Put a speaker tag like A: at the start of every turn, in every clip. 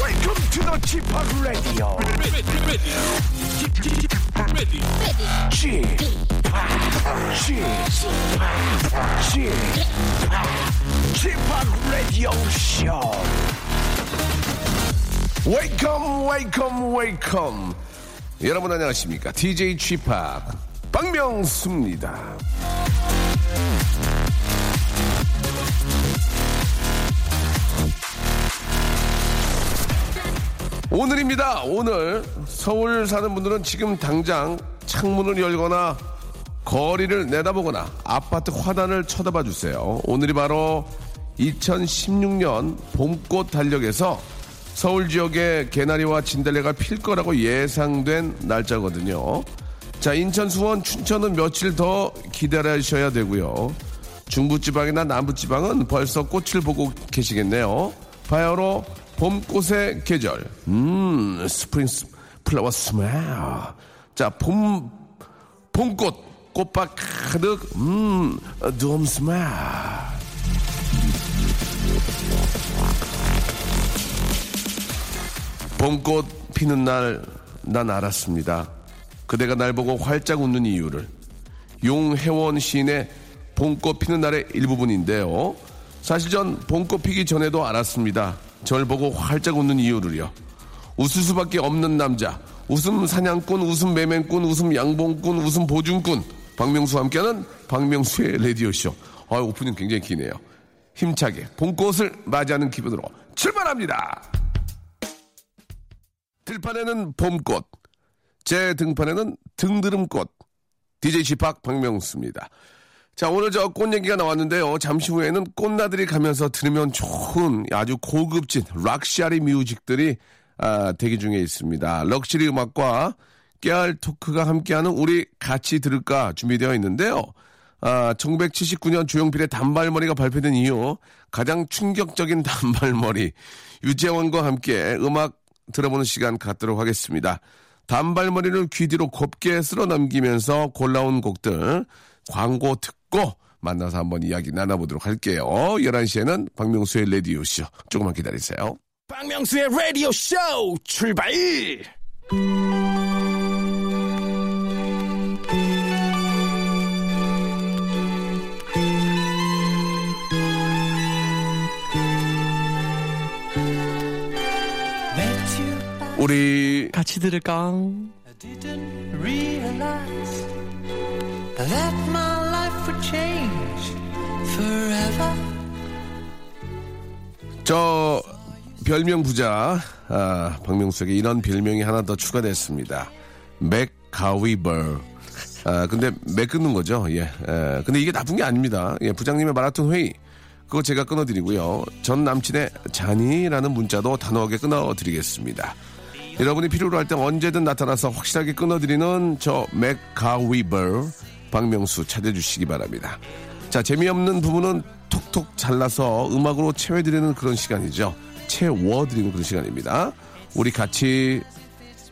A: Welcome to the Chip Radio. Chip Chip Chip Radio Show. Welcome, welcome, welcome. 여러분 안녕하십니까? DJ Chip 박명수입니다. 오늘입니다. 오늘 서울 사는 분들은 지금 당장 창문을 열거나 거리를 내다보거나 아파트 화단을 쳐다봐 주세요. 오늘이 바로 2016년 봄꽃 달력에서 서울 지역의 개나리와 진달래가 필 거라고 예상된 날짜거든요. 자, 인천, 수원, 춘천은 며칠 더 기다리셔야 되고요. 중부지방이나 남부지방은 벌써 꽃을 보고 계시겠네요. 바야로 봄꽃의 계절. 음, 스프링 스- 플라워 스멜. 자, 봄, 봄꽃, 꽃밭 가득, 음, 웜 스멜. 봄꽃 피는 날, 난 알았습니다. 그대가 날 보고 활짝 웃는 이유를. 용혜원 시인의 봄꽃 피는 날의 일부분인데요. 사실 전 봄꽃 피기 전에도 알았습니다. 절 보고 활짝 웃는 이유를요. 웃을 수밖에 없는 남자. 웃음 사냥꾼, 웃음 매맨꾼, 웃음 양봉꾼, 웃음 보증꾼. 박명수와 함께하는 박명수의 라디오쇼. 아, 오프닝 굉장히 기네요. 힘차게 봄꽃을 맞이하는 기분으로 출발합니다. 들판에는 봄꽃, 제 등판에는 등드름꽃, DJ 지팍 박명수입니다. 자, 오늘 저 꽃 얘기가 나왔는데요. 잠시 후에는 꽃나들이 가면서 들으면 좋은 아주 고급진 락샤리 뮤직들이 아, 대기 중에 있습니다. 럭셔리 음악과 깨알 토크가 함께하는 우리 같이 들을까 준비되어 있는데요. 아, 1979년 조용필의 단발머리가 발표된 이후 가장 충격적인 단발머리 유재원과 함께 음악 들어보는 시간 갖도록 하겠습니다. 단발머리를 귀 뒤로 곱게 쓸어 넘기면서 골라온 곡들 광고 듣고 만나서 한번 이야기 나눠보도록 할게요. 11시에는 박명수의 레디오쇼 조금만 기다리세요.
B: 박명수의 라디오 쇼 출발!
A: 우리
C: 같이 들을까?
D: realized that my life would change forever.
A: 저 별명 부자 아, 박명수에게 이런 별명이 하나 더 추가됐습니다. 맥가위버. 아, 근데 맥 끊는 거죠. 예. 예. 근데 이게 나쁜 게 아닙니다. 예, 부장님의 마라톤 회의 그거 제가 끊어드리고요. 전 남친의 잔이라는 문자도 단호하게 끊어드리겠습니다. 여러분이 필요로 할 때 언제든 나타나서 확실하게 끊어드리는 저 맥가위버 박명수 찾아주시기 바랍니다. 자 재미없는 부분은 톡톡 잘라서 음악으로 채워드리는 그런 시간이죠. 채워드리는 그런 시간입니다. 우리 같이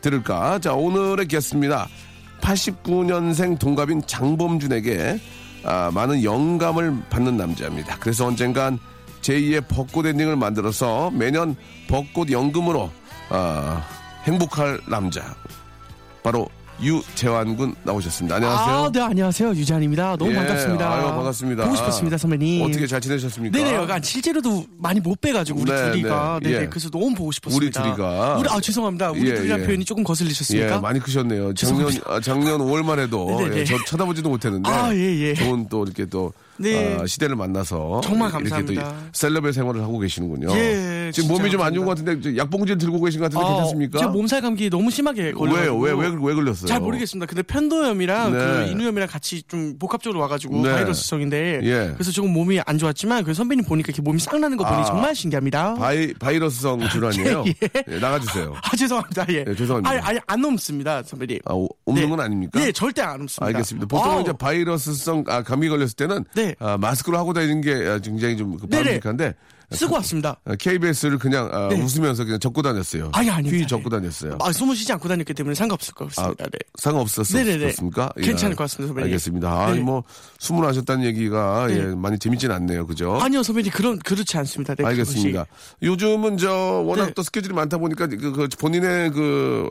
A: 들을까? 자, 오늘의 게스트입니다. 89년생 동갑인 장범준에게 아, 많은 영감을 받는 남자입니다. 그래서 언젠간 제2의 벚꽃 엔딩을 만들어서 매년 벚꽃 연금으로 아, 행복할 남자. 바로 유재환 군 나오셨습니다. 안녕하세요.
C: 아, 네, 안녕하세요. 유재환입니다. 너무
A: 예,
C: 반갑습니다.
A: 아유, 반갑습니다.
C: 보고 싶었습니다, 선배님.
A: 어떻게 잘 지내셨습니까?
C: 네네, 약간 실제로도 많이 못 뵈가지고 우리
A: 네,
C: 둘이가
A: 네,
C: 네,
A: 예.
C: 네, 그래서 너무 보고 싶었습니다.
A: 우리 둘이가.
C: 우리 아 죄송합니다. 우리
A: 예,
C: 둘이란
A: 예.
C: 표현이 조금 거슬리셨습니까?
A: 예, 많이 크셨네요. 작년,
C: 죄송합니다.
A: 아, 작년 5월만 해도
C: 네네네.
A: 예, 저 쳐다보지도 못했는데
C: 아, 예, 예.
A: 좋은 또 이렇게 또
C: 네.
A: 어, 시대를 만나서
C: 정말
A: 이렇게
C: 감사합니다.
A: 또 셀럽의 생활을 하고 계시는군요.
C: 예,
A: 지금
C: 진짜
A: 몸이 좀 안 좋은
C: 감사합니다.
A: 것 같은데 저 약봉지를 들고 계신 것 같은데 괜찮습니까?
C: 아, 제가 몸살 감기 너무 심하게 걸려.
A: 왜요? 왜, 왜, 왜 걸렸어요?
C: 잘 모르겠습니다. 근데 편도염이랑
A: 네.
C: 그 인후염이랑 같이 좀 복합적으로 와가지고
A: 네.
C: 바이러스성인데
A: 예.
C: 그래서 조금 몸이 안 좋았지만 그 선배님 보니까 이렇게 몸이 싹 나는 거 보니
A: 아.
C: 정말 신기합니다.
A: 바이, 바이러스성 질환이에요. 예, 나가주세요.
C: 아 죄송합니다. 예.
A: 예, 죄송합니다.
C: 아니, 아니 안 넘습니다, 선배님.
A: 아, 오- 없는
C: 네.
A: 건 아닙니까?
C: 네, 절대 안 넘습니다.
A: 알겠습니다. 보통 은
C: 아우.
A: 이제 바이러스성 아, 감기 걸렸을 때는
C: 네.
A: 아, 마스크를 하고 다니는 게 아, 굉장히 좀
C: 네네.
A: 바람직한데
C: 쓰고 왔습니다.
A: KBS를 어, 그냥 아, 웃으면서 그냥 접고 다녔어요.
C: 네. 아니 아니.
A: 휘 접고 다녔어요. 아,
C: 아 숨을 쉬지 않고 다녔기 때문에 상관없을 것 같습니다. 네. 네네네.
A: 상관없었습니까? 예.
C: 괜찮을 것 같습니다, 선배님.
A: 알겠습니다. 아,
C: 네.
A: 뭐 수문하셨다는 얘기가
C: 네.
A: 예, 많이 재밌진 않네요, 그죠?
C: 아니요, 선배님 그런 그렇지 않습니다. 네,
A: 알겠습니다. 요즘은 저 워낙
C: 네.
A: 또 스케줄이 많다 보니까 그, 그 본인의 그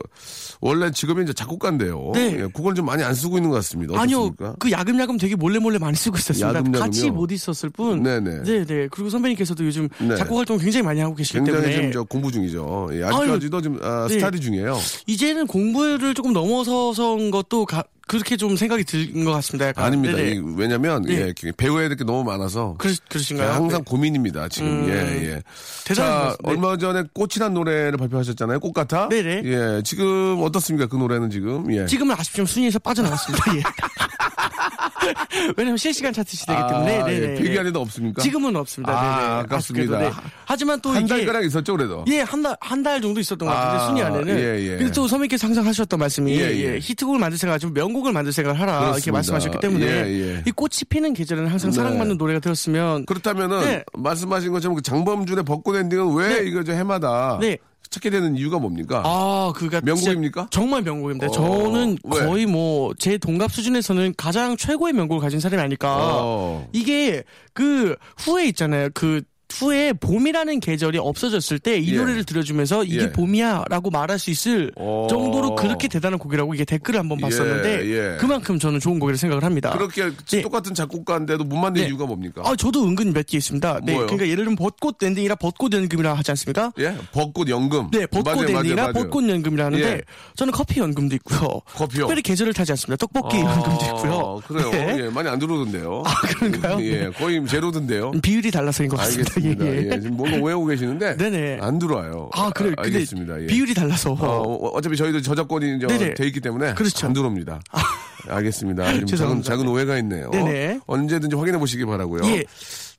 A: 원래 직업이 이제 작곡가인데요.
C: 네.
A: 예, 그걸 좀 많이 안 쓰고 있는 것 같습니다.
C: 그것이. 아니요,
A: 어떻습니까?
C: 그 야금야금 되게 몰래 몰래 많이 쓰고 있었습니다.
A: 야금야금요?
C: 같이 못 있었을 뿐.
A: 네네.
C: 네네. 그리고 선배님께서도 요즘
A: 네.
C: 작곡 활동 굉장히 많이 하고 계시기
A: 굉장히
C: 때문에
A: 지금 저 공부 중이죠. 예, 아직까지도 지금 아,
C: 네.
A: 스타디 중이에요.
C: 이제는 공부를 조금 넘어서선 것도 가- 그렇게 좀 생각이 든 것 같습니다. 약간.
A: 아닙니다.
C: 네네.
A: 이- 왜냐면
C: 네.
A: 예, 그 배워야 될 게 너무 많아서
C: 그러, 그러신가요?
A: 예, 항상
C: 네.
A: 고민입니다. 지금
C: 음.
A: 예 예.
C: 대단한
A: 자
C: 말씀. 네.
A: 얼마 전에 꽃이란 노래를 발표하셨잖아요. 꽃 같아.
C: 네네.
A: 예 지금 어떻습니까? 그 노래는 지금 예.
C: 네. 지금은 아쉽지만 순위에서 빠져나왔습니다. 예. 왜냐면 실시간 차트 시대이기 때문에
A: 아,
C: 네네.
A: 예. 필기 안에도 없습니까?
C: 지금은 없습니다.
A: 아,
C: 네네.
A: 아깝습니다.
C: 아쉽게도, 네. 하지만 또
A: 한
C: 이게
A: 달가량 있었죠 그래도.
C: 예, 한 달, 한 달 정도 있었던 것 같은데,
A: 아,
C: 순위 안에는.
A: 예, 예.
C: 근데 또 선배님께서 항상 하셨던 말씀이,
A: 예, 예.
C: 예, 히트곡을 만들 생각, 좀 명곡을 만들 생각을 하라.
A: 그렇습니다.
C: 이렇게 말씀하셨기 때문에,
A: 예, 예.
C: 이 꽃이 피는 계절에는 항상
A: 네.
C: 사랑받는 노래가 되었으면,
A: 그렇다면은
C: 네.
A: 말씀하신 것처럼 그 장범준의 벚꽃 엔딩은 왜 이거 저 해마다
C: 네.
A: 찾게 되는 이유가 뭡니까?
C: 아, 그가
A: 명곡입니까?
C: 정말 명곡입니다.
A: 어,
C: 저는
A: 왜?
C: 거의 뭐 제 동갑 수준에서는 가장 최고의 명곡을 가진 사람이 아닐까.
A: 어.
C: 이게 그 후에 있잖아요. 그 후에 봄이라는 계절이 없어졌을 때 이
A: 예.
C: 노래를 들려주면서 이게
A: 예.
C: 봄이야라고 말할 수 있을
A: 어.
C: 정도로 그렇게 대단한 곡이라고 이게 댓글을 한번
A: 예,
C: 봤었는데
A: 예.
C: 그만큼 저는 좋은 곡이라 고 생각을 합니다.
A: 그렇게
C: 네.
A: 똑같은 작곡가인데도 못 만든
C: 네.
A: 이유가 뭡니까?
C: 아 저도 은근 몇 개 있습니다. 네,
A: 뭐요?
C: 그러니까 예를 들면 벚꽃 엔딩이라 벚꽃 연금이라 하지 않습니까?
A: 예? 벚꽃 연금.
C: 네, 벚꽃
A: 맞아요, 맞아요,
C: 엔딩이라
A: 맞아요.
C: 벚꽃 연금이라 하는데
A: 예.
C: 저는 커피 연금도 있고요.
A: 커피요?
C: 특별히 계절을 타지 않습니다. 떡볶이
A: 아,
C: 연금도 있고요.
A: 그래요.
C: 네.
A: 예, 많이 안 들어오던데요. 아,
C: 그런가요?
A: 예, 거의 제로던데요.
C: 비율이 달라서인 것 같습니다.
A: 알겠습니다.
C: 예, 예.
A: 예, 지금 뭔가 오해하고 계시는데
C: 네네.
A: 안 들어와요.
C: 아 그래요.
A: 아,
C: 근데
A: 알겠습니다. 예.
C: 비율이 달라서
A: 어, 어, 차피 저희도 저작권이 이제
C: 네네.
A: 돼 있기 때문에
C: 그렇죠.
A: 안 들어옵니다. 알겠습니다. 좀 작은,
C: 죄송합니다.
A: 작은 오해가 있네요.
C: 네네.
A: 언제든지 확인해 보시기 바라고요.
C: 예.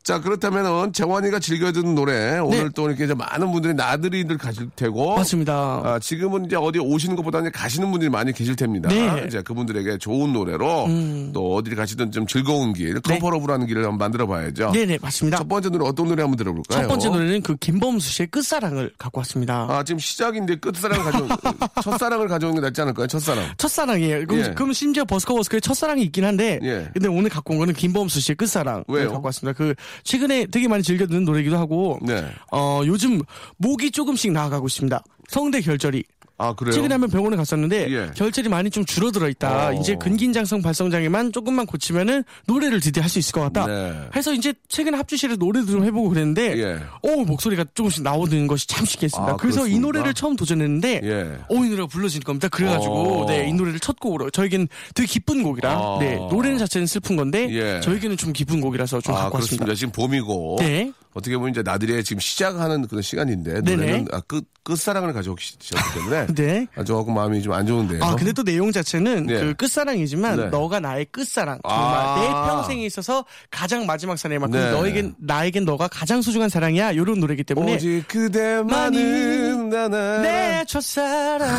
A: 자 그렇다면은 재환이가 즐겨 듣는 노래 오늘
C: 네.
A: 또 이렇게 이제 많은 분들이 나들이들 가실 테고
C: 맞습니다.
A: 아, 지금은 이제 어디 오시는 것보다는 이제 가시는 분들이 많이 계실 텐니다
C: 네. 음.
A: 이제 그분들에게 좋은 노래로 또 어디를 가시든 좀 즐거운 길, 컴퍼러블하는 길을 한번 만들어 봐야죠.
C: 네. 네네 맞습니다.
A: 첫 번째 노래 어떤 노래 한번 들어볼까요?
C: 첫 번째 노래는 그 김범수 씨의 끝사랑을 갖고 왔습니다.
A: 아, 지금 시작인데 끝사랑을 가져 첫사랑을 가져오는 게 낫지 않을까요? 첫사랑.
C: 첫사랑이에요. 그럼,
A: 예.
C: 그럼 심지어 버스커 버스커의 첫사랑이 있긴 한데,
A: 예.
C: 근데 오늘 갖고 온 거는 김범수 씨의 끝사랑
A: 왜요?
C: 갖고 왔습니다. 그 최근에 되게 많이 즐겨 듣는 노래이기도 하고,
A: 네.
C: 어 요즘 목이 조금씩 나아가고 있습니다. 성대 결절이.
A: 아, 그래요?
C: 최근에 한번 병원에 갔었는데
A: 예.
C: 결절이 많이 좀 줄어들어 있다.
A: 어.
C: 이제 근긴장성 발성장애만 조금만 고치면은 노래를 드디어 할 수 있을 것 같다.
A: 네.
C: 해서 이제 최근 합주실에 노래도 좀 해보고 그랬는데
A: 예.
C: 오 목소리가 조금씩 나오는 것이 참 신기했습니다.
A: 아,
C: 그래서 이
A: 그렇습니까?
C: 노래를 처음 도전했는데
A: 예.
C: 오 이 노래가 불러질 겁니다. 그래가지고
A: 어.
C: 네, 이 노래를 첫 곡으로 저에겐 되게 기쁜 곡이라
A: 아.
C: 네, 노래는 자체는 슬픈 건데
A: 예.
C: 저에게는 좀 기쁜 곡이라서 좀
A: 아,
C: 갖고 왔습니다.
A: 그렇습니다. 지금 봄이고
C: 네.
A: 어떻게 보면 이제 나들이에 지금 시작하는 그런 시간인데
C: 네네.
A: 노래는 아, 끝 끝사랑을 가져오셨기 때문에
C: 네.
A: 아, 조금 마음이 좀 안 좋은데요.
C: 아, 근데 또 내용 자체는
A: 예.
C: 그 끝사랑이지만
A: 네.
C: 너가 나의 끝사랑. 정말
A: 아.
C: 내 평생에 있어서 가장 마지막 사랑이만큼
A: 네.
C: 너에겐 나에겐 너가 가장 소중한 사랑이야. 요런 노래이기 때문에
A: 오직 그대만은
C: 네. 많이
A: 나나
C: 내 첫사랑,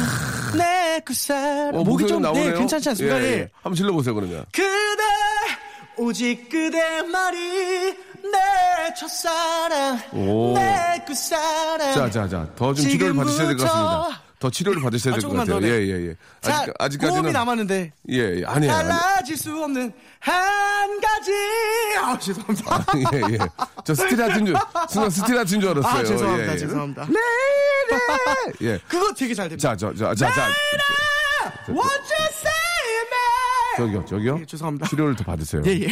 C: 내 끝사랑.
A: 어,
C: 목이
A: 목소리
C: 좀
A: 나오네요.
C: 네, 괜찮지 않습니까?
A: 예, 예.
C: 예.
A: 한번 질러보세요 그러면.
C: 그대 오직 그대 말이 내 첫사랑,
A: 오.
C: 내 끝사랑.
A: 자자자 더 좀 치료를 받으셔야 될 것 같습니다. 더 치료를 받으셔야
C: 아,
A: 될 것
C: 조금만 더,
A: 같아요.
C: 네.
A: 예예 예.
C: 자,
A: 아직 아직까지는
C: 호흡이 남았는데.
A: 예, 예 아니에요. 아니에요.
C: 달라질 수 없는 한 가지. 아 죄송합니다.
A: 예, 예. 저 스티라틴 줄, 순간 스티라틴 줄 알았어요.
C: 아 죄송합니다.
A: 예, 예.
C: 죄송합니다.
A: 예.
C: 그거 되게 잘 됩니다.
A: 자, 저, 저, 자, 자. 그,
C: What you say,
A: 저기요,
C: man?
A: 저기요.
C: 예, 죄송합니다.
A: 치료를 더 받으세요.
C: 예, 예.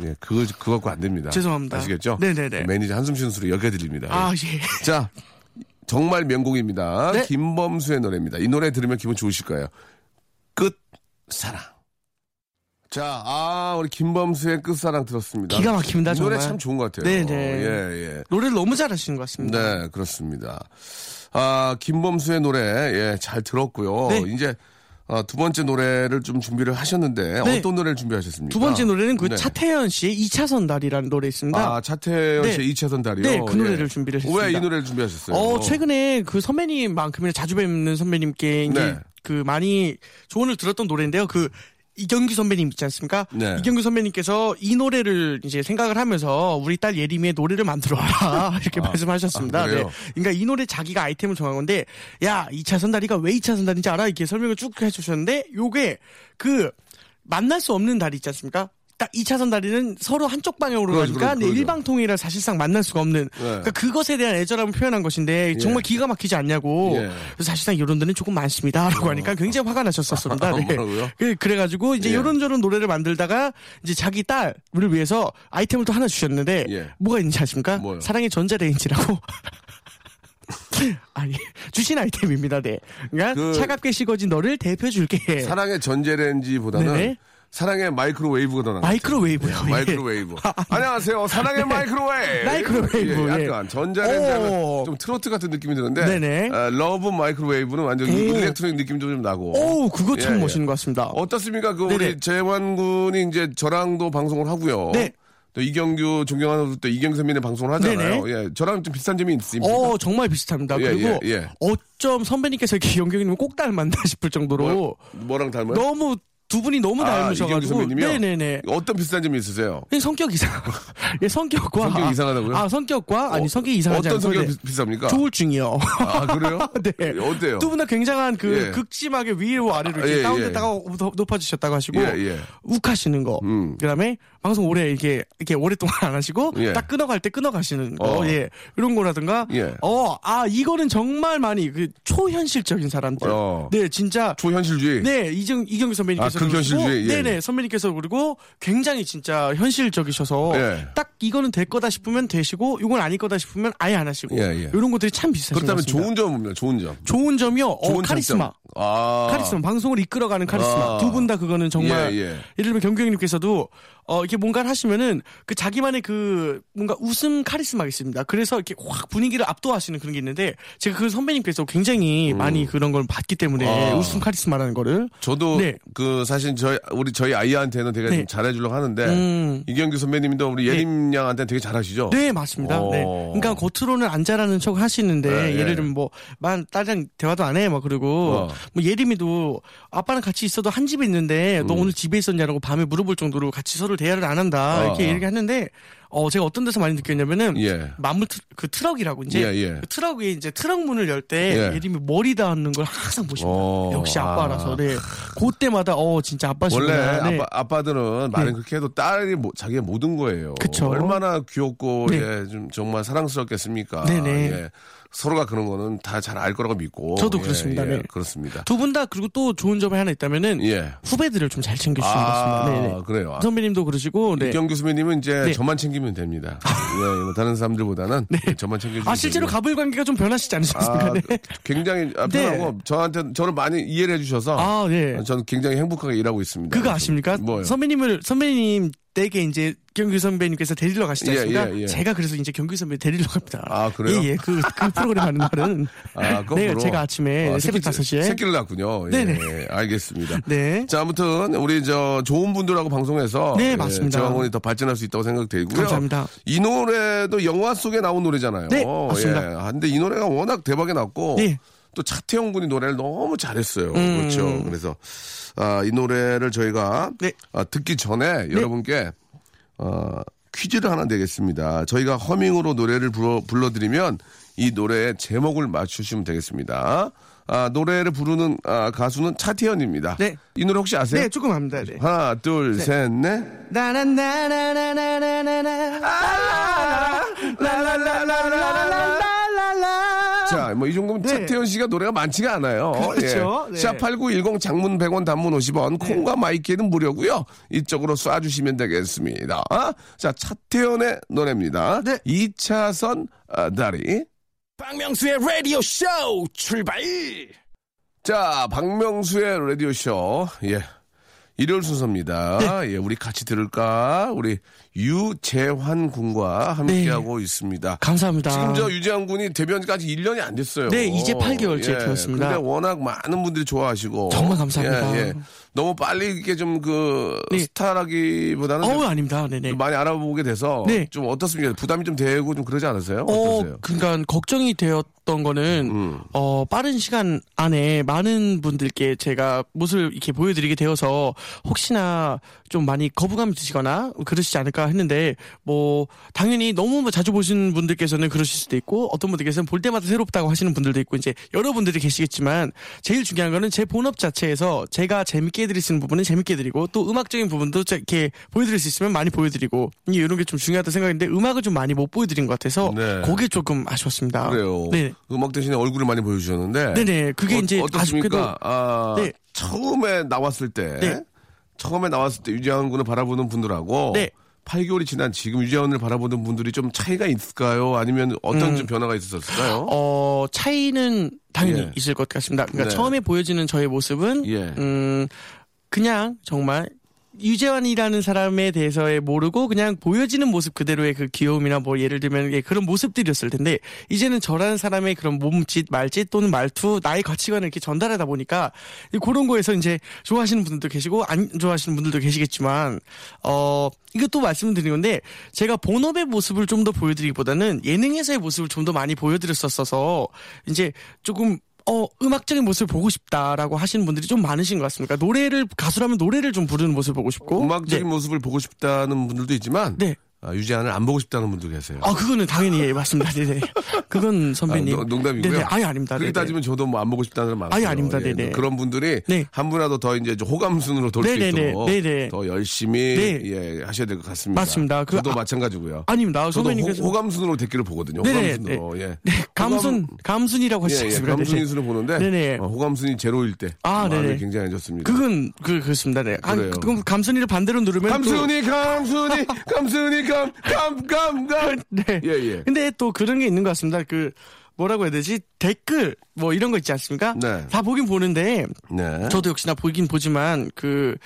A: 예, 그거, 그거 갖고 안 됩니다.
C: 죄송합니다.
A: 아시겠죠?
C: 네네네.
A: 매니저 한숨 쉬는 소리 여겨드립니다.
C: 아, 예.
A: 자, 정말 명곡입니다.
C: 네.
A: 김범수의 노래입니다. 이 노래 들으면 기분 좋으실 거예요. 끝, 사랑. 자, 아, 우리 김범수의 끝사랑 들었습니다.
C: 기가 막힙니다,
A: 이 노래
C: 정말.
A: 참 좋은 것 같아요.
C: 네네.
A: 예, 예.
C: 노래를 너무 잘하시는 것 같습니다.
A: 네, 그렇습니다. 아, 김범수의 노래, 예, 잘 들었고요.
C: 네.
A: 이제, 아, 두 번째 노래를 좀 준비를 하셨는데,
C: 네.
A: 어떤 노래를 준비하셨습니까?
C: 두 번째 노래는 그
A: 네.
C: 차태현 씨의 2차선 달이라는 노래 있습니다.
A: 아, 차태현
C: 네.
A: 씨의 2차선 다리요? 예.
C: 네, 그 노래를 준비를
A: 왜 이
C: 했습니다.
A: 노래를 준비하셨어요?
C: 어, 최근에 그 선배님만큼이나 자주 뵙는 선배님께 이제
A: 네.
C: 그 많이 조언을 들었던 노래인데요. 그 이경규 선배님 있지 않습니까?
A: 네.
C: 이경규 선배님께서 이 노래를 이제 생각을 하면서 우리 딸 예림이의 노래를 만들어 와라 이렇게 말씀하셨습니다.
A: 아, 그래요?
C: 그러니까 이 노래 자기가 아이템을 정한 건데 야 2차 선다리가 왜 2차 선다리인지 알아? 이렇게 설명을 쭉 해주셨는데 요게 그 만날 수 없는 다리 있지 않습니까? 딱 2차선 다리는 서로 한쪽 방향으로
A: 그렇죠,
C: 가니까
A: 그렇죠, 네.
C: 네,
A: 그렇죠.
C: 일방통이라 사실상 만날 수가 없는 그러니까 그것에 대한 애절함을 표현한 것인데 정말 기가 막히지 않냐고
A: 예. 어.
C: 그래서 사실상 여론들은 조금 많습니다라고 하니까 굉장히 화가 나셨었습니다. 네.
A: 뭐라고요?
C: 그- 그래가지고 이제
A: 아, 예.
C: 이런저런 노래를 만들다가 이제 자기 딸을 위해서 아이템을 또 하나 주셨는데
A: 예.
C: 뭐가 있는지 아십니까?
A: 뭐요?
C: 사랑의 전자레인지라고. 아니 주신 아이템입니다. 네. 그러니까
A: 그-
C: 차갑게 식어진 너를 대표해 줄게.
A: 사랑의 전제레인지보다는
C: 네네.
A: 사랑의 마이크로웨이브가 더 나아요.
C: 마이크로웨이브요. 예.
A: 마이크로웨이브. 안녕하세요. 사랑의 마이크로웨이브.
C: 마이크로웨이브,
A: 예,
C: 예.
A: 약간 전자레인지
C: 오.
A: 좀 트로트 같은 느낌이 드는데
C: 네네.
A: 아, 러브 마이크로웨이브는 완전히
C: 오.
A: 일렉트로닉 느낌도 좀 나고.
C: 오 그거 참
A: 예, 예.
C: 멋있는 것 같습니다.
A: 어떻습니까? 그 우리
C: 네네.
A: 재환 군이 이제 저랑도 방송을 하고요.
C: 네.
A: 또 이경규 존경하는 또 이경규 선배님 방송을 하잖아요. 예, 저랑 좀 비슷한 점이 있습니다.
C: 어 정말 비슷합니다.
A: 예,
C: 그리고
A: 예, 예.
C: 어쩜 선배님께서 이렇게 연경이면 꼭 닮았나 싶을 정도로
A: 뭐, 랑 닮아요?
C: 너무 두 분이 너무
A: 아, 이경규
C: 닮으셔가지고
A: 선배님이요?
C: 네네네.
A: 어떤 비슷한 점이 있으세요?
C: 이 성격 이상. 예, 성격과
A: 성격이 이상하다고요?
C: 아 성격과
A: 어,
C: 아니 성격이 이상하지
A: 어떤
C: 않고
A: 성격이
C: 네.
A: 비- 비슷합니까?
C: 조울증이요.
A: 아 그래요?
C: 네.
A: 어때요?
C: 두 분 다 굉장한 그
A: 예.
C: 극심하게 위로 아래로 이렇게
A: 아, 예,
C: 다운됐다가 더- 높아지셨다고 하시고
A: 예, 예.
C: 욱하시는 거.
A: 음.
C: 그다음에 방송 오래 이렇게 이렇게 오랫동안 안 하시고
A: 예.
C: 딱 끊어갈 때 끊어가시는 거.
A: 어.
C: 예. 이런 거라든가
A: 예.
C: 어, 아 이거는 정말 많이 그 초현실적인 사람들.
A: 어.
C: 네, 진짜
A: 초현실주의.
C: 네, 이정, 이경규
A: 아,
C: 선배님께서.
A: 극현실주의,
C: 그러시고,
A: 예, 예.
C: 네네, 선배님께서 그리고 굉장히 진짜 현실적이셔서
A: 예.
C: 딱 이거는 될 거다 싶으면 되시고, 이건 아닐 거다 싶으면 아예 안 하시고.
A: 예, 예.
C: 이런 것들이 참 비슷하신
A: 그렇다면
C: 것 같습니다.
A: 좋은 점은요. 좋은 점.
C: 좋은 점이요. 어,
A: 좋은
C: 카리스마.
A: 장점. 아.
C: 카리스마 방송을 이끌어가는 카리스마
A: 아.
C: 두 분 다 그거는 정말
A: 예,
C: 예,
A: 예.
C: 를 들면 경규형님께서도 어 이렇게 뭔가를 하시면은 그 자기만의 그 뭔가 웃음 카리스마가 있습니다 그래서 이렇게 확 분위기를 압도하시는 그런 게 있는데 제가 그 선배님께서 굉장히 많이 그런 걸 봤기 때문에
A: 아.
C: 웃음 카리스마라는 거를
A: 저도
C: 네.
A: 그 사실 저희 우리 저희 아이한테는 되게 좀
C: 네.
A: 잘해주려고 하는데
C: 음.
A: 이경규 선배님도 우리 예림 양한테 되게 잘하시죠.
C: 네 맞습니다. 네.
A: 어.
C: 그러니까 겉으로는 안 잘하는 척 하시는데
A: 네, 예.
C: 예를 들면 뭐만 딸이랑 대화도 안 해 막 그리고
A: 어.
C: 뭐 예림이도 아빠랑 같이 있어도 한 집에 있는데
A: 음.
C: 너 오늘 집에 있었냐라고 밤에 물어볼 정도로 같이 서로 대화를 안 한다
A: 어.
C: 이렇게 얘기하는데 어 제가 어떤 데서 많이 느꼈냐면은
A: 예.
C: 만물 트, 그 트럭이라고 이제
A: 예, 예.
C: 그 트럭에 이제 트럭 문을 열 때
A: 예.
C: 예. 림이 머리 닿는 걸 항상 보십니다.
A: 어.
C: 역시
A: 아.
C: 아빠라서 네. 그때마다 어 진짜
A: 원래
C: 아빠시구나. 네.
A: 아빠, 아빠들은 말은 그렇게 해도 딸이 모- 자기의 모든 거예요.
C: 그쵸.
A: 얼마나 귀엽고
C: 네.
A: 예, 좀 정말 사랑스럽겠습니까.
C: 네네.
A: 예. 서로가 그런 거는 다 잘 알 거라고 믿고.
C: 저도
A: 예,
C: 그렇습니다.
A: 예,
C: 네.
A: 그렇습니다.
C: 두 분 다 그리고 또 좋은 점이 하나 있다면은
A: 예.
C: 후배들을 좀 잘 챙겨주시는 것
A: 아,
C: 같습니다. 네네.
A: 그래요. 아,
C: 선배님도 그러시고 네.
A: 이경 교수님은 이제
C: 네.
A: 저만 챙기면 됩니다. 예, 뭐 다른 사람들보다는 예, 저만 챙겨주시면
C: 아 실제로
A: 되고요.
C: 가불 관계가 좀 변하시지 않으셨습니까?
A: 아,
C: 네.
A: 굉장히 아,
C: 네.
A: 편하고 저한테 저를 많이 이해를 해주셔서
C: 아, 네.
A: 저는 굉장히 행복하게 일하고 있습니다.
C: 그거 아십니까?
A: 뭐요?
C: 선배님을 선배님 댁에 이제 경규 선배님께서 데리러 가시지
A: 예,
C: 않습니까?
A: 예, 예.
C: 제가 그래서 이제 경규 선배 데리러 갑니다.
A: 아, 그래요?
C: 예예 그, 그 프로그램 하는 날은
A: 아,
C: 네
A: 거꾸로.
C: 제가 아침에
A: 아,
C: 새벽
A: 새끼-
C: 5시에
A: 새끼를 낳군요.
C: 네네.
A: 예, 알겠습니다.
C: 네.
A: 자, 아무튼 우리 저 좋은 분들하고 방송해서 예,
C: 네, 맞습니다.
A: 재왕군이 더 발전할 수 있다고 생각되고요.
C: 감사합니다.
A: 이 노래도 영화 속에 나온 노래잖아요.
C: 네, 맞습니다.
A: 예. 아, 근데 이 노래가 워낙 대박이 났고
C: 네.
A: 또 차태현 군이 노래를 너무 잘했어요.
C: 음.
A: 그렇죠. 그래서 아, 이 노래를 저희가
C: 네.
A: 아, 듣기 전에 여러분께 어, 퀴즈를 하나 내겠습니다. 저희가 허밍으로 노래를 불러, 불러드리면 이 노래의 제목을 맞추시면 되겠습니다. 아, 노래를 부르는 아, 가수는 차태현입니다.
C: 네.
A: 이 노래 혹시 아세요?
C: 네 조금 합니다. 네.
A: 하나, 둘, 셋, 넷. 아, 자, 뭐 이 정도면 차태현 씨가 노래가 많지가 않아요.
C: 네.
A: 예.
C: 그렇죠. 네.
A: 샵8910 장문 100원 단문 50원 콩과 마이키는 무료고요. 이쪽으로 쏴 주시면 되겠습니다. 자, 차태현의 노래입니다.
C: 네.
A: 2차선 어, 다리.
B: 박명수의 라디오 쇼 출발!
A: 자, 박명수의 라디오쇼. 예. 일요일 순서입니다.
C: 네.
A: 예, 우리 같이 들을까? 우리 유재환 군과
C: 네.
A: 함께하고 있습니다.
C: 감사합니다.
A: 지금 저 유재환 군이 데뷔한 지까지 1년이 안 됐어요. 예,
C: 네, 이제 8개월째 되었습니다.
A: 근데 워낙 많은 분들이 좋아하시고. 예,
C: 정말 감사합니다.
A: 너무 빨리 이게 좀 그
C: 네.
A: 스타라기보다는
C: 어우
A: 좀
C: 아닙니다. 네네.
A: 많이 알아보게 돼서
C: 네.
A: 좀 어떻습니까? 부담이 좀 되고 좀 그러지 않으세요?
C: 어,
A: 어떠세요?
C: 그러니까 걱정이 되었던 거는
A: 음.
C: 어 빠른 시간 안에 많은 분들께 제가 모습을 이렇게 보여드리게 되어서 혹시나 좀 많이 거부감이 드시거나 그러시지 않을까 했는데 뭐 당연히 너무 뭐 자주 보신 분들께서는 그러실 수도 있고 어떤 분들께서는 볼 때마다 새롭다고 하시는 분들도 있고 이제 여러 분들이 계시겠지만 제일 중요한 거는 제 본업 자체에서 제가 재밌게 해드릴 수 있는 부분은 재밌게 해드리고 또 음악적인 부분도 제- 이렇게 보여드릴 수 있으면 많이 보여드리고 이런 게 좀 중요하다 생각했는데 음악을 좀 많이 못 보여드린 것 같아서
A: 네.
C: 그게 조금 아쉬웠습니다.
A: 그래요.
C: 네.
A: 음악 대신에 얼굴을 많이 보여주셨는데.
C: 네네, 그게 이제
A: 어떻습니까?
C: 아쉽게도-
A: 아,
C: 네.
A: 처음에 나왔을 때.
C: 네.
A: 처음에 나왔을 때 유재환 군을 바라보는 분들하고.
C: 네.
A: 8개월이 지난 지금 유재환을 바라보는 분들이 좀 차이가 있을까요? 아니면 어떤
C: 음.
A: 좀 변화가 있었을까요?
C: 어, 차이는 당연히
A: 예.
C: 있을 것 같습니다.
A: 네.
C: 그러니까 처음에 보여지는 저의 모습은
A: 예.
C: 음, 그냥 정말 유재환이라는 사람에 대해서의 모르고 그냥 보여지는 모습 그대로의 그 귀여움이나 뭐 예를 들면 예, 그런 모습들이었을 텐데 이제는 저라는 사람의 그런 몸짓, 말짓 또는 말투, 나의 가치관을 이렇게 전달하다 보니까 이 그런 거에서 이제 좋아하시는 분들도 계시고 안 좋아하시는 분들도 계시겠지만 어 이것도 말씀드린 건데 제가 본업의 모습을 좀 더 보여드리기보다는 예능에서의 모습을 좀 더 많이 보여드렸었어서 이제 조금 어, 음악적인 모습을 보고 싶다라고 하시는 분들이 좀 많으신 것 같습니다. 그러니까 노래를, 가수라면 노래를 좀 부르는 모습을 보고 싶고.
A: 음악적인
C: 네.
A: 모습을 보고 싶다는 분들도 있지만.
C: 네.
A: 아, 유재환을 안 보고 싶다는 분도 계세요.
C: 아, 그거는 당연히, 예, 맞습니다. 네네. 그건 선배님.
A: 아, 노- 농담이고요.
C: 네네. 아니, 아닙니다.
A: 그렇게
C: 네네.
A: 따지면 저도 뭐 안 보고 싶다는 사람 많아요. 예,
C: 아니, 아닙니다. 네네.
A: 그런 분들이
C: 네.
A: 한 분이라도 더 이제 호감순으로 돌 수
C: 네네네.
A: 있도록
C: 네네.
A: 더 열심히
C: 네.
A: 예, 하셔야 될 것 같습니다.
C: 맞습니다. 그
A: 저도
C: 아-
A: 마찬가지고요.
C: 아닙니다.
A: 저도
C: 선배님께서.
A: 호, 감순으로 댓글을 보거든요.
C: 네네.
A: 호감순으로. 예.
C: 네, 감순,
A: 호감-
C: 감순이라고
A: 예, 예,
C: 하셨습니다.
A: 감순이
C: 네네.
A: 순으로 보는데
C: 네네.
A: 어, 호감순이 제로일 때
C: 아,
A: 마음이
C: 네네.
A: 굉장히 안 좋습니다.
C: 그건, 그, 그렇습니다. 네. 아,
A: 그래요.
C: 그럼 감순이를 반대로 누르면. 또...
A: 감순이 감순이 감순이 감감감감
C: 네.
A: 예, 예.
C: 근데 또 그런 게 있는 것 같습니다. 그, 뭐라고 해야 되지? 댓글, 뭐 이런 거 있지 않습니까?
A: 네.
C: 다 보긴 보는데,
A: 네.
C: 저도 역시나 보긴 보지만 그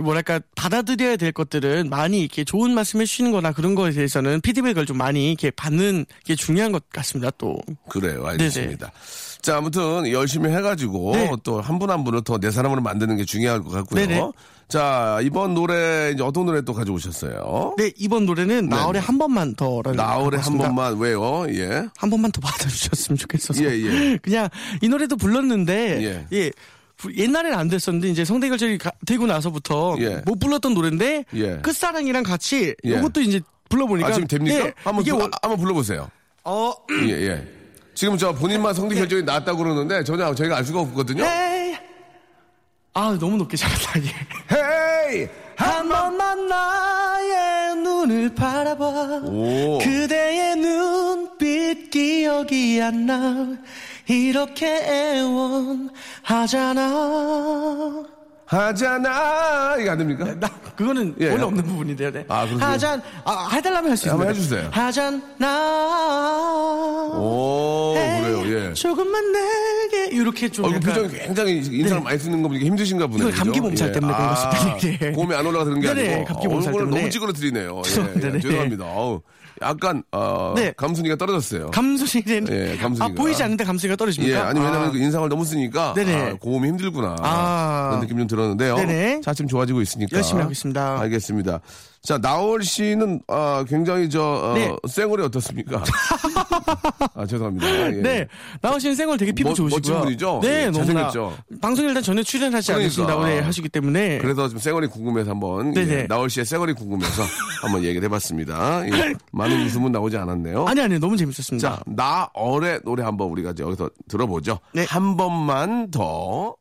C: 뭐랄까 받아들여야 될 것들은 많이 이렇게 좋은 말씀 해주시는 거나 그런 거에 대해서는 피드백을 좀 많이 이렇게 받는 게 중요한 것 같습니다 또
A: 그래요, 알겠습니다. 자, 아무튼 열심히 해가지고
C: 네.
A: 또 한 분 한 분을 더 내 사람으로 만드는 게 중요할 것 같고요.
C: 네네.
A: 자, 이번 노래 이제 어떤 노래 또 가져오셨어요?
C: 네, 이번 노래는 나월에 한 번만 더라는
A: 나월에 한
C: 곡입니다.
A: 번만 왜요? 예.
C: 한 번만 더 받아주셨으면 좋겠어서.
A: 예, 예.
C: 그냥 이 노래도 불렀는데
A: 예.
C: 예. 부- 옛날엔 안 됐었는데 이제 성대결절이 가- 되고 나서부터
A: 예.
C: 못 불렀던 노래인데
A: 예.
C: 끝사랑이랑 같이
A: 예.
C: 이것도 이제 불러보니까
A: 아, 지금 됩니까?
C: 예,
A: 한번
C: 이게
A: 불-
C: 원-
A: 아, 한번 불러보세요.
C: 어
A: 예, 예. 지금 저 본인만
C: 네.
A: 성대 결정이 났다고 그러는데 전혀 저희가 알 수가 없거든요.
C: 에이. 아 너무 높게 잘한다 이게
A: 헤이!
C: 한 번만 나의 눈을 바라봐
A: 오.
C: 그대의 눈빛 기억이 안 나 이렇게 애원하잖아
A: 하잖아! 이거 안 됩니까?
C: 네, 나 그거는
A: 예.
C: 원래 없는 부분인데요 네.
A: 아, 그렇군요.
C: 하잔 아, 해달라면 할 수 있어요
A: 한번 해주세요.
C: 하잔 나
A: 오, 그래요, 예.
C: 조금만 내게 이렇게 좀
A: 얼굴
C: 음, 약간- 네.
A: 표정이 굉장히 인상을 많이 쓰는 거 보니까 힘드신가 보네요.
C: 이건 감기
A: 그죠? 예. 아,
C: 몸살 때문에 그런 것 같습니다. 예.
A: 몸이 안 올라가는 게
C: 네네,
A: 아니고
C: 감기 몸살
A: 얼굴을
C: 때문에.
A: 너무 찌그러뜨리네요. 예, 예,
C: 죄송합니다. 네.
A: 죄송합니다. 어우, 약간 어,
C: 네.
A: 감순이가 떨어졌어요.
C: 감순이는
A: 예, 감순이가.
C: 아 보이지 않는데 감순이가 떨어집니까?
A: 예, 아니 왜냐면
C: 아.
A: 그 인상을 너무 쓰니까
C: 네네.
A: 아, 고음이 힘들구나
C: 아.
A: 그런 느낌 좀 들었는데요.
C: 네네.
A: 차츰 좋아지고 있으니까
C: 열심히 하고 있습니다.
A: 알겠습니다. 자 나올 씨는 아, 굉장히 저 어,
C: 네.
A: 쌩얼이 어떻습니까? 아 죄송합니다. 예.
C: 네. 나오시는 생얼 되게 피부
A: 멋-
C: 좋으시고요.
A: 멋진 분이죠?
C: 네,
A: 예,
C: 너무나.
A: 잘생겼죠?
C: 방송에 일단 전혀 출연하지
A: 그러니까.
C: 않으신다고 네, 하시기 때문에.
A: 그래서 좀 쌩얼이 궁금해서 한번
C: 네네.
A: 예, 나올 씨의 쌩얼이 궁금해서 한번 얘기를 해봤습니다. 예, 많은 웃음은 나오지 않았네요.
C: 아니, 아니, 너무 재밌었습니다.
A: 자 나얼의 노래 한번 우리가 이제 여기서 들어보죠.
C: 네.
A: 한 번만 더.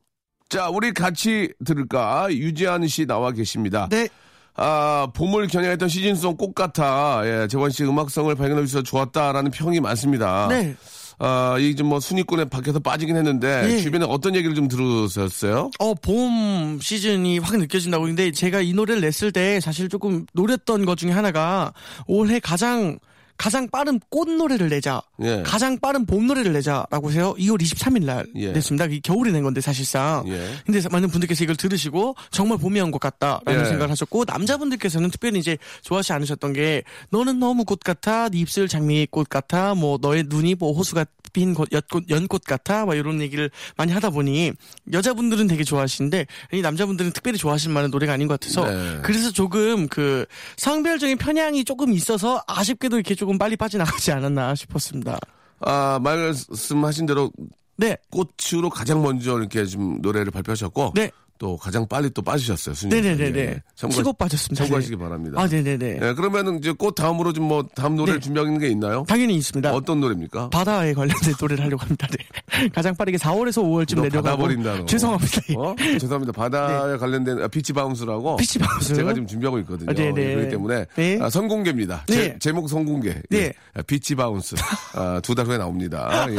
A: 자 우리 같이 들을까 유지한 씨 나와 계십니다.
C: 네.
A: 아, 봄을 겨냥했던 시즌송 꽃 같아. 예, 재원 씨 음악성을 발견해 주셔서 좋았다라는 평이 많습니다.
C: 네.
A: 아, 이좀뭐 순위권에 밖에서 빠지긴 했는데
C: 네.
A: 주변에 어떤 얘기를 좀 들으셨어요?
C: 어, 봄 시즌이 확 느껴진다고 했는데 제가 이 노래를 냈을 때 사실 조금 노렸던 것 중에 하나가 올해 가장 가장 빠른 꽃 노래를 내자,
A: 예.
C: 가장 빠른 봄 노래를 내자라고 해서 2월 23일 날
A: 예.
C: 냈습니다. 이게 겨울에 낸 건데 사실상.
A: 예.
C: 근데 많은 분들께서 이걸 들으시고 정말 봄이 온 것 같다라는
A: 예.
C: 생각을 하셨고 남자분들께서는 특별히 이제 좋아하지 않으셨던 게 너는 너무 꽃 같아, 네 입술 장미꽃 같아, 뭐 너의 눈이 뭐 호수가 핀 꽃, 엿꽃, 연꽃 같아, 막 이런 얘기를 많이 하다 보니 여자분들은 되게 좋아하시는데 이 남자분들은 특별히 좋아하실 만한 노래가 아닌 것 같아서
A: 네.
C: 그래서 조금 그 성별적인 편향이 조금 있어서 아쉽게도 이렇게 조금 빨리 빠져나가지 않았나 싶었습니다.
A: 아, 말씀하신 대로
C: 네,
A: 꽃으로 가장 먼저 이렇게 좀 노래를 발표하셨고
C: 네.
A: 또 가장 빨리 또 빠지셨어요. 순위. 예,
C: 네네네네. 치고 빠졌습니다.
A: 참고하시기
C: 네.
A: 바랍니다.
C: 아, 네네네.
A: 예, 그러면은 이제 꽃 다음으로 좀 뭐 다음 노래를
C: 네.
A: 준비하는 게 있나요?
C: 당연히 있습니다.
A: 어떤 노래입니까?
C: 바다에 관련된 노래를 하려고 합니다. 네. 가장 빠르게 4월에서 5월쯤
A: 너
C: 내려가고
A: 받아버린다, 너.
C: 죄송합니다. 예.
A: 어? 죄송합니다. 바다에 관련된 아, 비치 바운스라고
C: 피치 네. 바운스.
A: 제가 지금 준비하고 있거든요.
C: 아, 네네.
A: 예, 그렇기 때문에
C: 네.
A: 아, 선공개입니다.
C: 네.
A: 제, 목 선공개.
C: 네.
A: 예. 아, 비치 바운스 아, 두 달 후에 나옵니다. 예.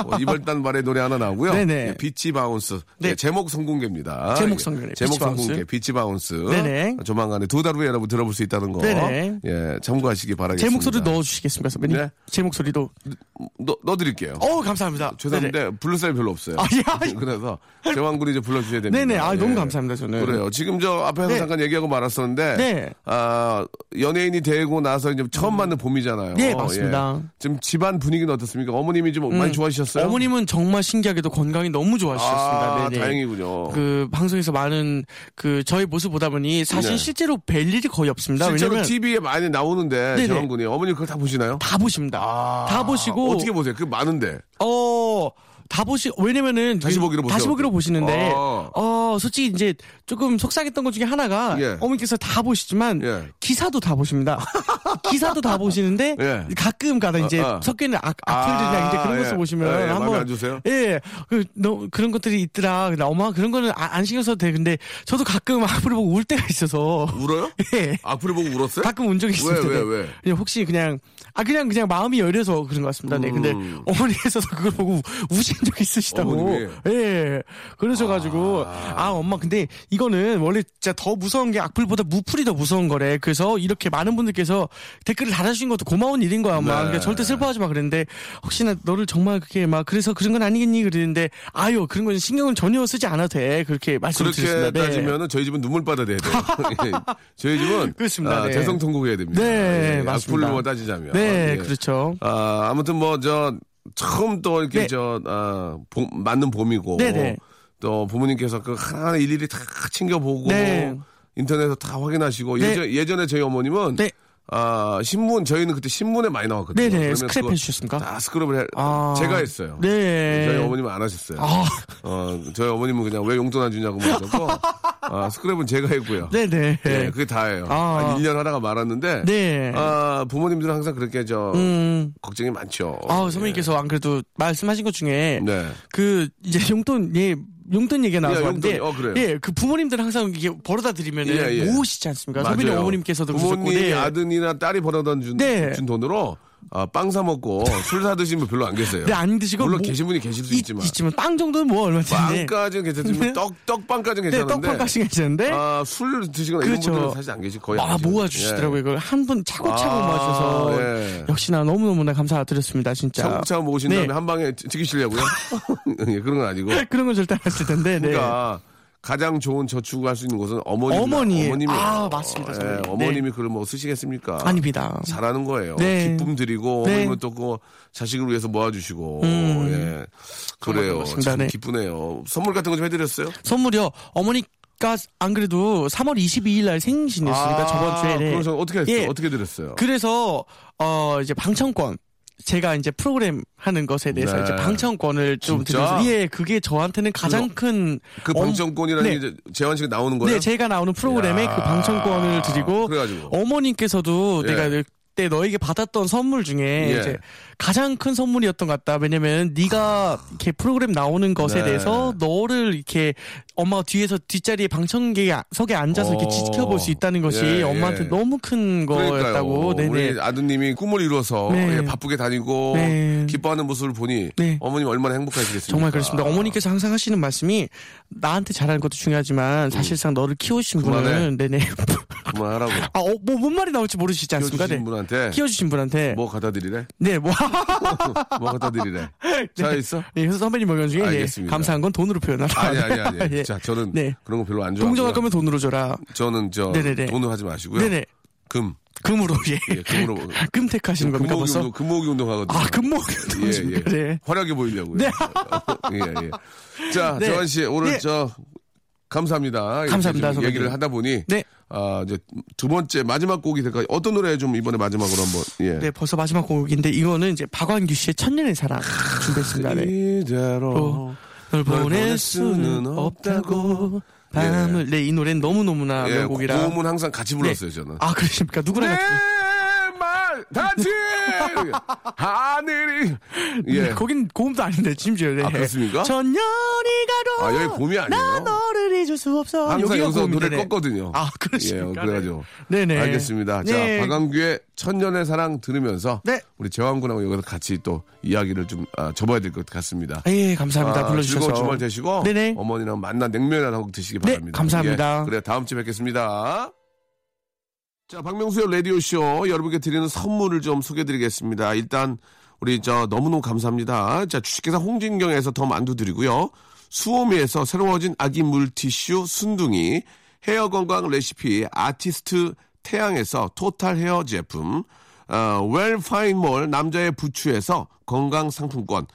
A: 어, 이번 달 말에 노래 하나 나오고요.
C: 네네.
A: 예, 비치 바운스
C: 네.
A: 예, 제목 선공개입니다.
C: 제목
A: 예.
C: 선공개, 비치
A: 제목
C: 바운스.
A: 선공개 비치 바운스.
C: 네네.
A: 조만간에 두 달 후에 여러분 들어볼 수 있다는 거
C: 네네.
A: 예, 참고하시기 바라겠습니다.
C: 제 목소리 넣어주시겠습니까, 선배님?
A: 네.
C: 제 목소리도.
A: 넣- 넣어드릴게요.
C: 어우, 감사합니다.
A: 죄송한데
C: 네네.
A: 부를 사람이 별로 없어요.
C: 아, 야.
A: 그래서 제왕군이 이제 불러주셔야 됩니다.
C: 네네. 아, 너무
A: 예.
C: 감사합니다, 저는.
A: 그래요. 지금 저 앞에서
C: 네.
A: 잠깐 얘기하고 말았었는데,
C: 네.
A: 아 연예인이 되고 나서 이제 처음 만난 봄이잖아요.
C: 네, 맞습니다. 음.
A: 예. 지금 집안 분위기는 어떻습니까? 어머님이 좀 많이 좋아하셨어요?
C: 어머님은 정말 신기하게도 건강이 너무 좋아하셨습니다.
A: 아,
C: 네네.
A: 다행이군요.
C: 그 방송에서 많은 그 저희 모습 보다 보니 사실
A: 네.
C: 실제로 뵐 일이 거의 없습니다.
A: 실제로
C: 왜냐면
A: TV에 많이 나오는데
C: 네네.
A: 제왕군이 어머님 그걸 다 보시나요?
C: 다 보십니다. 다 보시고
A: 아, 어떻게 보세요? 그 많은데.
C: 어, 다 보시, 왜냐면은.
A: 다시
C: 그-
A: 보기로 보세요.
C: 다시 보기로 보시는데,
A: 아.
C: 어, 솔직히 이제 조금 속상했던 것 중에 하나가,
A: 예.
C: 어머니께서 다 보시지만,
A: 예.
C: 기사도 다 보십니다. 기사도 다 보시는데,
A: 예.
C: 가끔 가다 이제
A: 어, 어.
C: 섞여 있는 악, 악플들이나
A: 아,
C: 이제 그런
A: 예.
C: 것을 보시면,
A: 예, 예.
C: 한번.
A: 마음에 안 드세요?
C: 예. 그, 너, 그런 것들이 있더라. 근데 엄마, 그런 거는 아- 안 신경 써도 돼. 근데 저도 가끔 악플을 보고 울 때가 있어서.
A: 울어요?
C: 예.
A: 악플을 보고 울었어요?
C: 가끔 운 적이 있습니다.
A: 네? 왜,
C: 네.
A: 왜?
C: 그냥 혹시 그냥 아 그냥 그냥 마음이 열려서 그런 것 같습니다. 네. 근데 어머니께서도 그걸 보고 우신 적이 있으시다고.
A: 음. 어머님이?
C: 예. 그러셔 가지고 아. 엄마 근데 이거는 원래 진짜 더 무서운 게 악플보다 무플이 더 무서운 거래. 그래서 이렇게 많은 분들께서 댓글을 달아주신 것도 고마운 일인 거야, 엄마.
A: 네.
C: 그러니까 절대 슬퍼하지 마 그랬는데 혹시나 너를 정말 그게 막 그래서 그런 건 아니겠니 그랬는데 아유 그런 건 신경은 전혀 쓰지 않아도 돼. 그렇게 말씀드렸습니다. 네.
A: 그렇게 따지면은 저희 집은 눈물바다 돼야 돼요. 예. 저희 집은
C: 그렇습니다.
A: 아,
C: 네.
A: 대성통곡해야 됩니다.
C: 네,
A: 예,
C: 맞습니다.
A: 악플로 따지자면.
C: 네,
A: 예.
C: 그렇죠.
A: 아, 아무튼 뭐 저 처음 또 이렇게
C: 네.
A: 저 아, 봄, 맞는 봄이고
C: 네네.
A: 또 부모님께서 그 하나하나 일일이 다 챙겨보고
C: 네.
A: 뭐 인터넷에서 다 확인하시고
C: 네.
A: 예전, 예전에 저희 어머님은
C: 네.
A: 아, 신문 저희는 그때 신문에 많이 나왔거든요.
C: 네네,
A: 그러면
C: 스크랩
A: 그거
C: 해주셨습니까?
A: 다 스크랩을 해,
C: 아.
A: 제가 했어요.
C: 네.
A: 예. 저희 어머님은 안 하셨어요.
C: 아.
A: 어, 저희 어머님은 그냥 왜 용돈 안 주냐고 물으셨고, 아, 스크랩은 제가 했고요.
C: 네, 네.
A: 예, 그게 다예요.
C: 아.
A: 한 1년 하다가 말았는데,
C: 네.
A: 아, 부모님들은 항상 그렇게 저,
C: 음.
A: 걱정이 많죠.
C: 아, 선배님께서 안 그래도 말씀하신 것 중에
A: 예. 어, 네.
C: 그 이제 용돈 예 용돈 얘기가 나와서
A: 예,
C: 왔는데
A: 용돈, 어, 그래요.
C: 예, 그 부모님들 항상 이게 벌어다 드리면 은
A: 예, 예.
C: 모으시지 않습니까?
A: 맞아요.
C: 선배님 그러니까 어머님께서도 그러셨고
A: 부모님이
C: 네.
A: 아들이나 딸이 벌어다 준,
C: 네.
A: 준 돈으로 아, 빵 사 먹고 술 사 드신 분 별로 안 계세요.
C: 네, 안 드시고
A: 물론
C: 뭐-
A: 계신 분이 계실 수
C: 이-
A: 있지만
C: 있지만 빵 정도는 뭐 얼마인데
A: 빵까지는 괜찮지만
C: 네.
A: 떡 떡빵까지는
C: 네,
A: 괜찮은데
C: 떡밥값이 괜찮은데
A: 아, 술 드시거나
C: 그렇죠.
A: 이런 분들은 사실 안 계시 거의 안
C: 아
A: 계시거든요.
C: 모아 주시더라고요.
A: 예.
C: 이걸 한 분 차곡차곡
A: 아,
C: 모아주셔서
A: 예.
C: 역시나 너무 너무나 감사드렸습니다. 진짜
A: 차곡차곡 모으신
C: 네.
A: 다음에 한 방에 지- 지키시려고요? 예, 그런 건 아니고.
C: 그런 건 절대 안 했을 텐데 네.
A: 그러니까 가장 좋은 저축을 할 수 있는 곳은 어머니.
C: 어머니예요.
A: 어머님이.
C: 아, 맞습니다, 선생님. 네.
A: 어머님이 그걸 뭐 쓰시겠습니까?
C: 아닙니다.
A: 잘하는 거예요.
C: 네.
A: 기쁨 드리고
C: 네. 음.
A: 어머님은 또 그 자식을 위해서 모아주시고 예. 그래요.
C: 고맙습니다.
A: 참
C: 네.
A: 기쁘네요. 선물 같은 거 좀 해드렸어요?
C: 선물이요. 어머니가 안 그래도 3월 22일 날 생신이었으니까
A: 아,
C: 저번 주에. 네.
A: 그래서 어떻게 했어요?
C: 예.
A: 어떻게 드렸어요?
C: 그래서 어 이제 방청권 제가 이제 프로그램 하는 것에 대해서
A: 네.
C: 이제 방청권을 좀
A: 진짜?
C: 드려서 예 그게 저한테는 가장 큰
A: 그
C: 엄-
A: 방청권이라는
C: 네.
A: 게 이제 재환 씨가 나오는 거예요?
C: 네, 제가 나오는 프로그램에
A: 야.
C: 그 방청권을 드리고
A: 그래가지고.
C: 어머님께서도
A: 예.
C: 내가 그때 너에게 받았던 선물 중에
A: 예.
C: 이제 가장 큰 선물이었던 것 같다. 왜냐면 네가 이렇게 프로그램 나오는 것에
A: 네.
C: 대해서 너를 이렇게 엄마가 뒤에서 뒷자리에 방청객석에 앉아서
A: 어.
C: 이렇게 지켜볼 수 있다는 것이
A: 예, 예.
C: 엄마한테 너무 큰 거였다고.
A: 그러니까요. 우리 아드님이 꿈을 이루어서
C: 네.
A: 예, 바쁘게 다니고
C: 네.
A: 기뻐하는 모습을 보니
C: 네.
A: 어머님 얼마나 행복하시겠습니까?
C: 정말 그렇습니다.
A: 아.
C: 어머니께서 항상 하시는 말씀이 나한테 잘하는 것도 중요하지만 사실상 너를 키우신
A: 음. 그만해.
C: 분은 네네.
A: 그만하라고.
C: 아, 어, 뭐, 뭔 말이 나올지 모르시지 않습니까?
A: 키워주신
C: 네.
A: 분한테?
C: 키워주신 분한테
A: 뭐 갖다 드리래?
C: 네, 뭐.
A: 뭐 갖다 드리래? 자 있어?
C: 네, 그래서 선배님 의견 중에 예,
A: 알겠습니다.
C: 감사한 건 돈으로 표현하라.
A: 아니 아니 아니.
C: 예.
A: 자 저는
C: 네.
A: 그런 거 별로 안 좋아.
C: 동정할 거면 돈으로 줘라.
A: 저는 저
C: 네네네.
A: 돈으로 하지 마시고요.
C: 네네.
A: 금.
C: 금으로 예.
A: 예, 금으로.
C: 택하시는 겁니까
A: 금목이
C: 벌써?
A: 운동, 금목이 운동 하거든요.
C: 아, 금목.
A: 예, 예.
C: 네.
A: 화려하게 보이려고요.
C: 네.
A: 예, 예. 자,
C: 네.
A: 조한 씨, 오늘
C: 네.
A: 저, 감사합니다. 이렇게
C: 감사합니다,
A: 좀
C: 선배님.
A: 얘기를 하다 보니.
C: 네.
A: 아, 이제 두 번째, 마지막 곡이 될까요? 어떤 노래 좀 이번에 마지막으로 한번, 예.
C: 네, 벌써 마지막 곡인데 이거는 이제 박완규 씨의 천년의 사랑 준비했습니다. 네.
A: 아, 이대로.
C: 또, 널 보낼
A: 보낼 수는
C: 수는 없다고 밤을 네, 이 노래는 너무너무나
A: 예,
C: 명곡이라.
A: 고음은 항상 같이 불렀어요, 저는. 네.
C: 아, 그러십니까? 누구랑 같이
A: 내말 다치 하늘이 예.
C: 네, 거긴 고음도 아닌데 심지어 네.
A: 아, 그렇습니까?
C: 전열이 가도
A: 아, 여기 고음이
C: 나
A: 아니에요.
C: 너를 잊을 수 없어
A: 항상
C: 여기가
A: 여기서
C: 고음인데,
A: 노래
C: 네.
A: 껐거든요.
C: 아 그렇습니까
A: 예, 그래가지고.
C: 네네
A: 알겠습니다.
C: 네.
A: 자, 박완규의 천년의 사랑 들으면서
C: 네.
A: 우리 재환군하고 여기서 같이 또 이야기를 좀 아, 접어야 될 것 같습니다.
C: 예 감사합니다
A: 아,
C: 불러주셔서
A: 즐거운 주말 되시고
C: 네네
A: 어머니랑 만나 냉면이나 한곡 드시기
C: 네,
A: 바랍니다.
C: 감사합니다.
A: 예, 그래 다음 주에 뵙겠습니다. 자, 박명수의 라디오 쇼 여러분께 드리는 선물을 좀 소개드리겠습니다. 일단 우리 저 너무너무 감사합니다. 자, 주식회사 홍진경에서 더 만두 드리고요. 수오미에서 새로워진 아기 물티슈 순둥이 헤어 건강 레시피 아티스트 태양에서 토탈 헤어 제품 어, 웰파인몰 남자의 부추에서 건강 상품권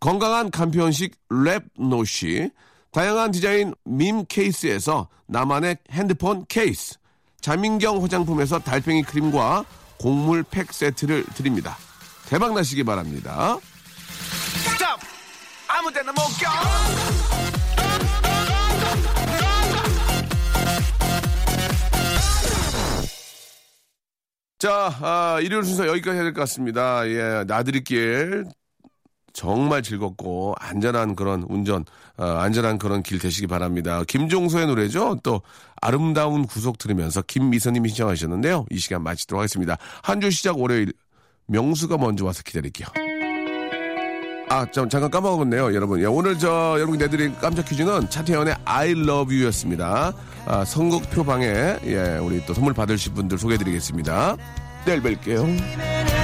A: 건강한 간편식 랩노시, 다양한 디자인 밈 케이스에서 나만의 핸드폰 케이스, 자민경 화장품에서 달팽이 크림과 곡물 팩 세트를 드립니다. 대박 나시기 바랍니다. 자, 아, 일요일 순서 여기까지 해야 될 것 같습니다. 예, 나들이길 정말 즐겁고 안전한 그런 운전, 어, 안전한 그런 길 되시기 바랍니다. 김종서의 노래죠. 또 아름다운 구속 들으면서 김미선님이 신청하셨는데요. 이 시간 마치도록 하겠습니다. 한 주 시작 월요일 명수가 먼저 와서 기다릴게요. 아, 잠, 잠깐 까먹었네요, 여러분. 예, 오늘 저, 여러분 내드린 깜짝 퀴즈는 차태현의 I love you 였습니다. 아, 선곡표 방에, 예, 우리 또 선물 받으실 분들 소개해드리겠습니다. 내일 뵐게요.
D: dreaming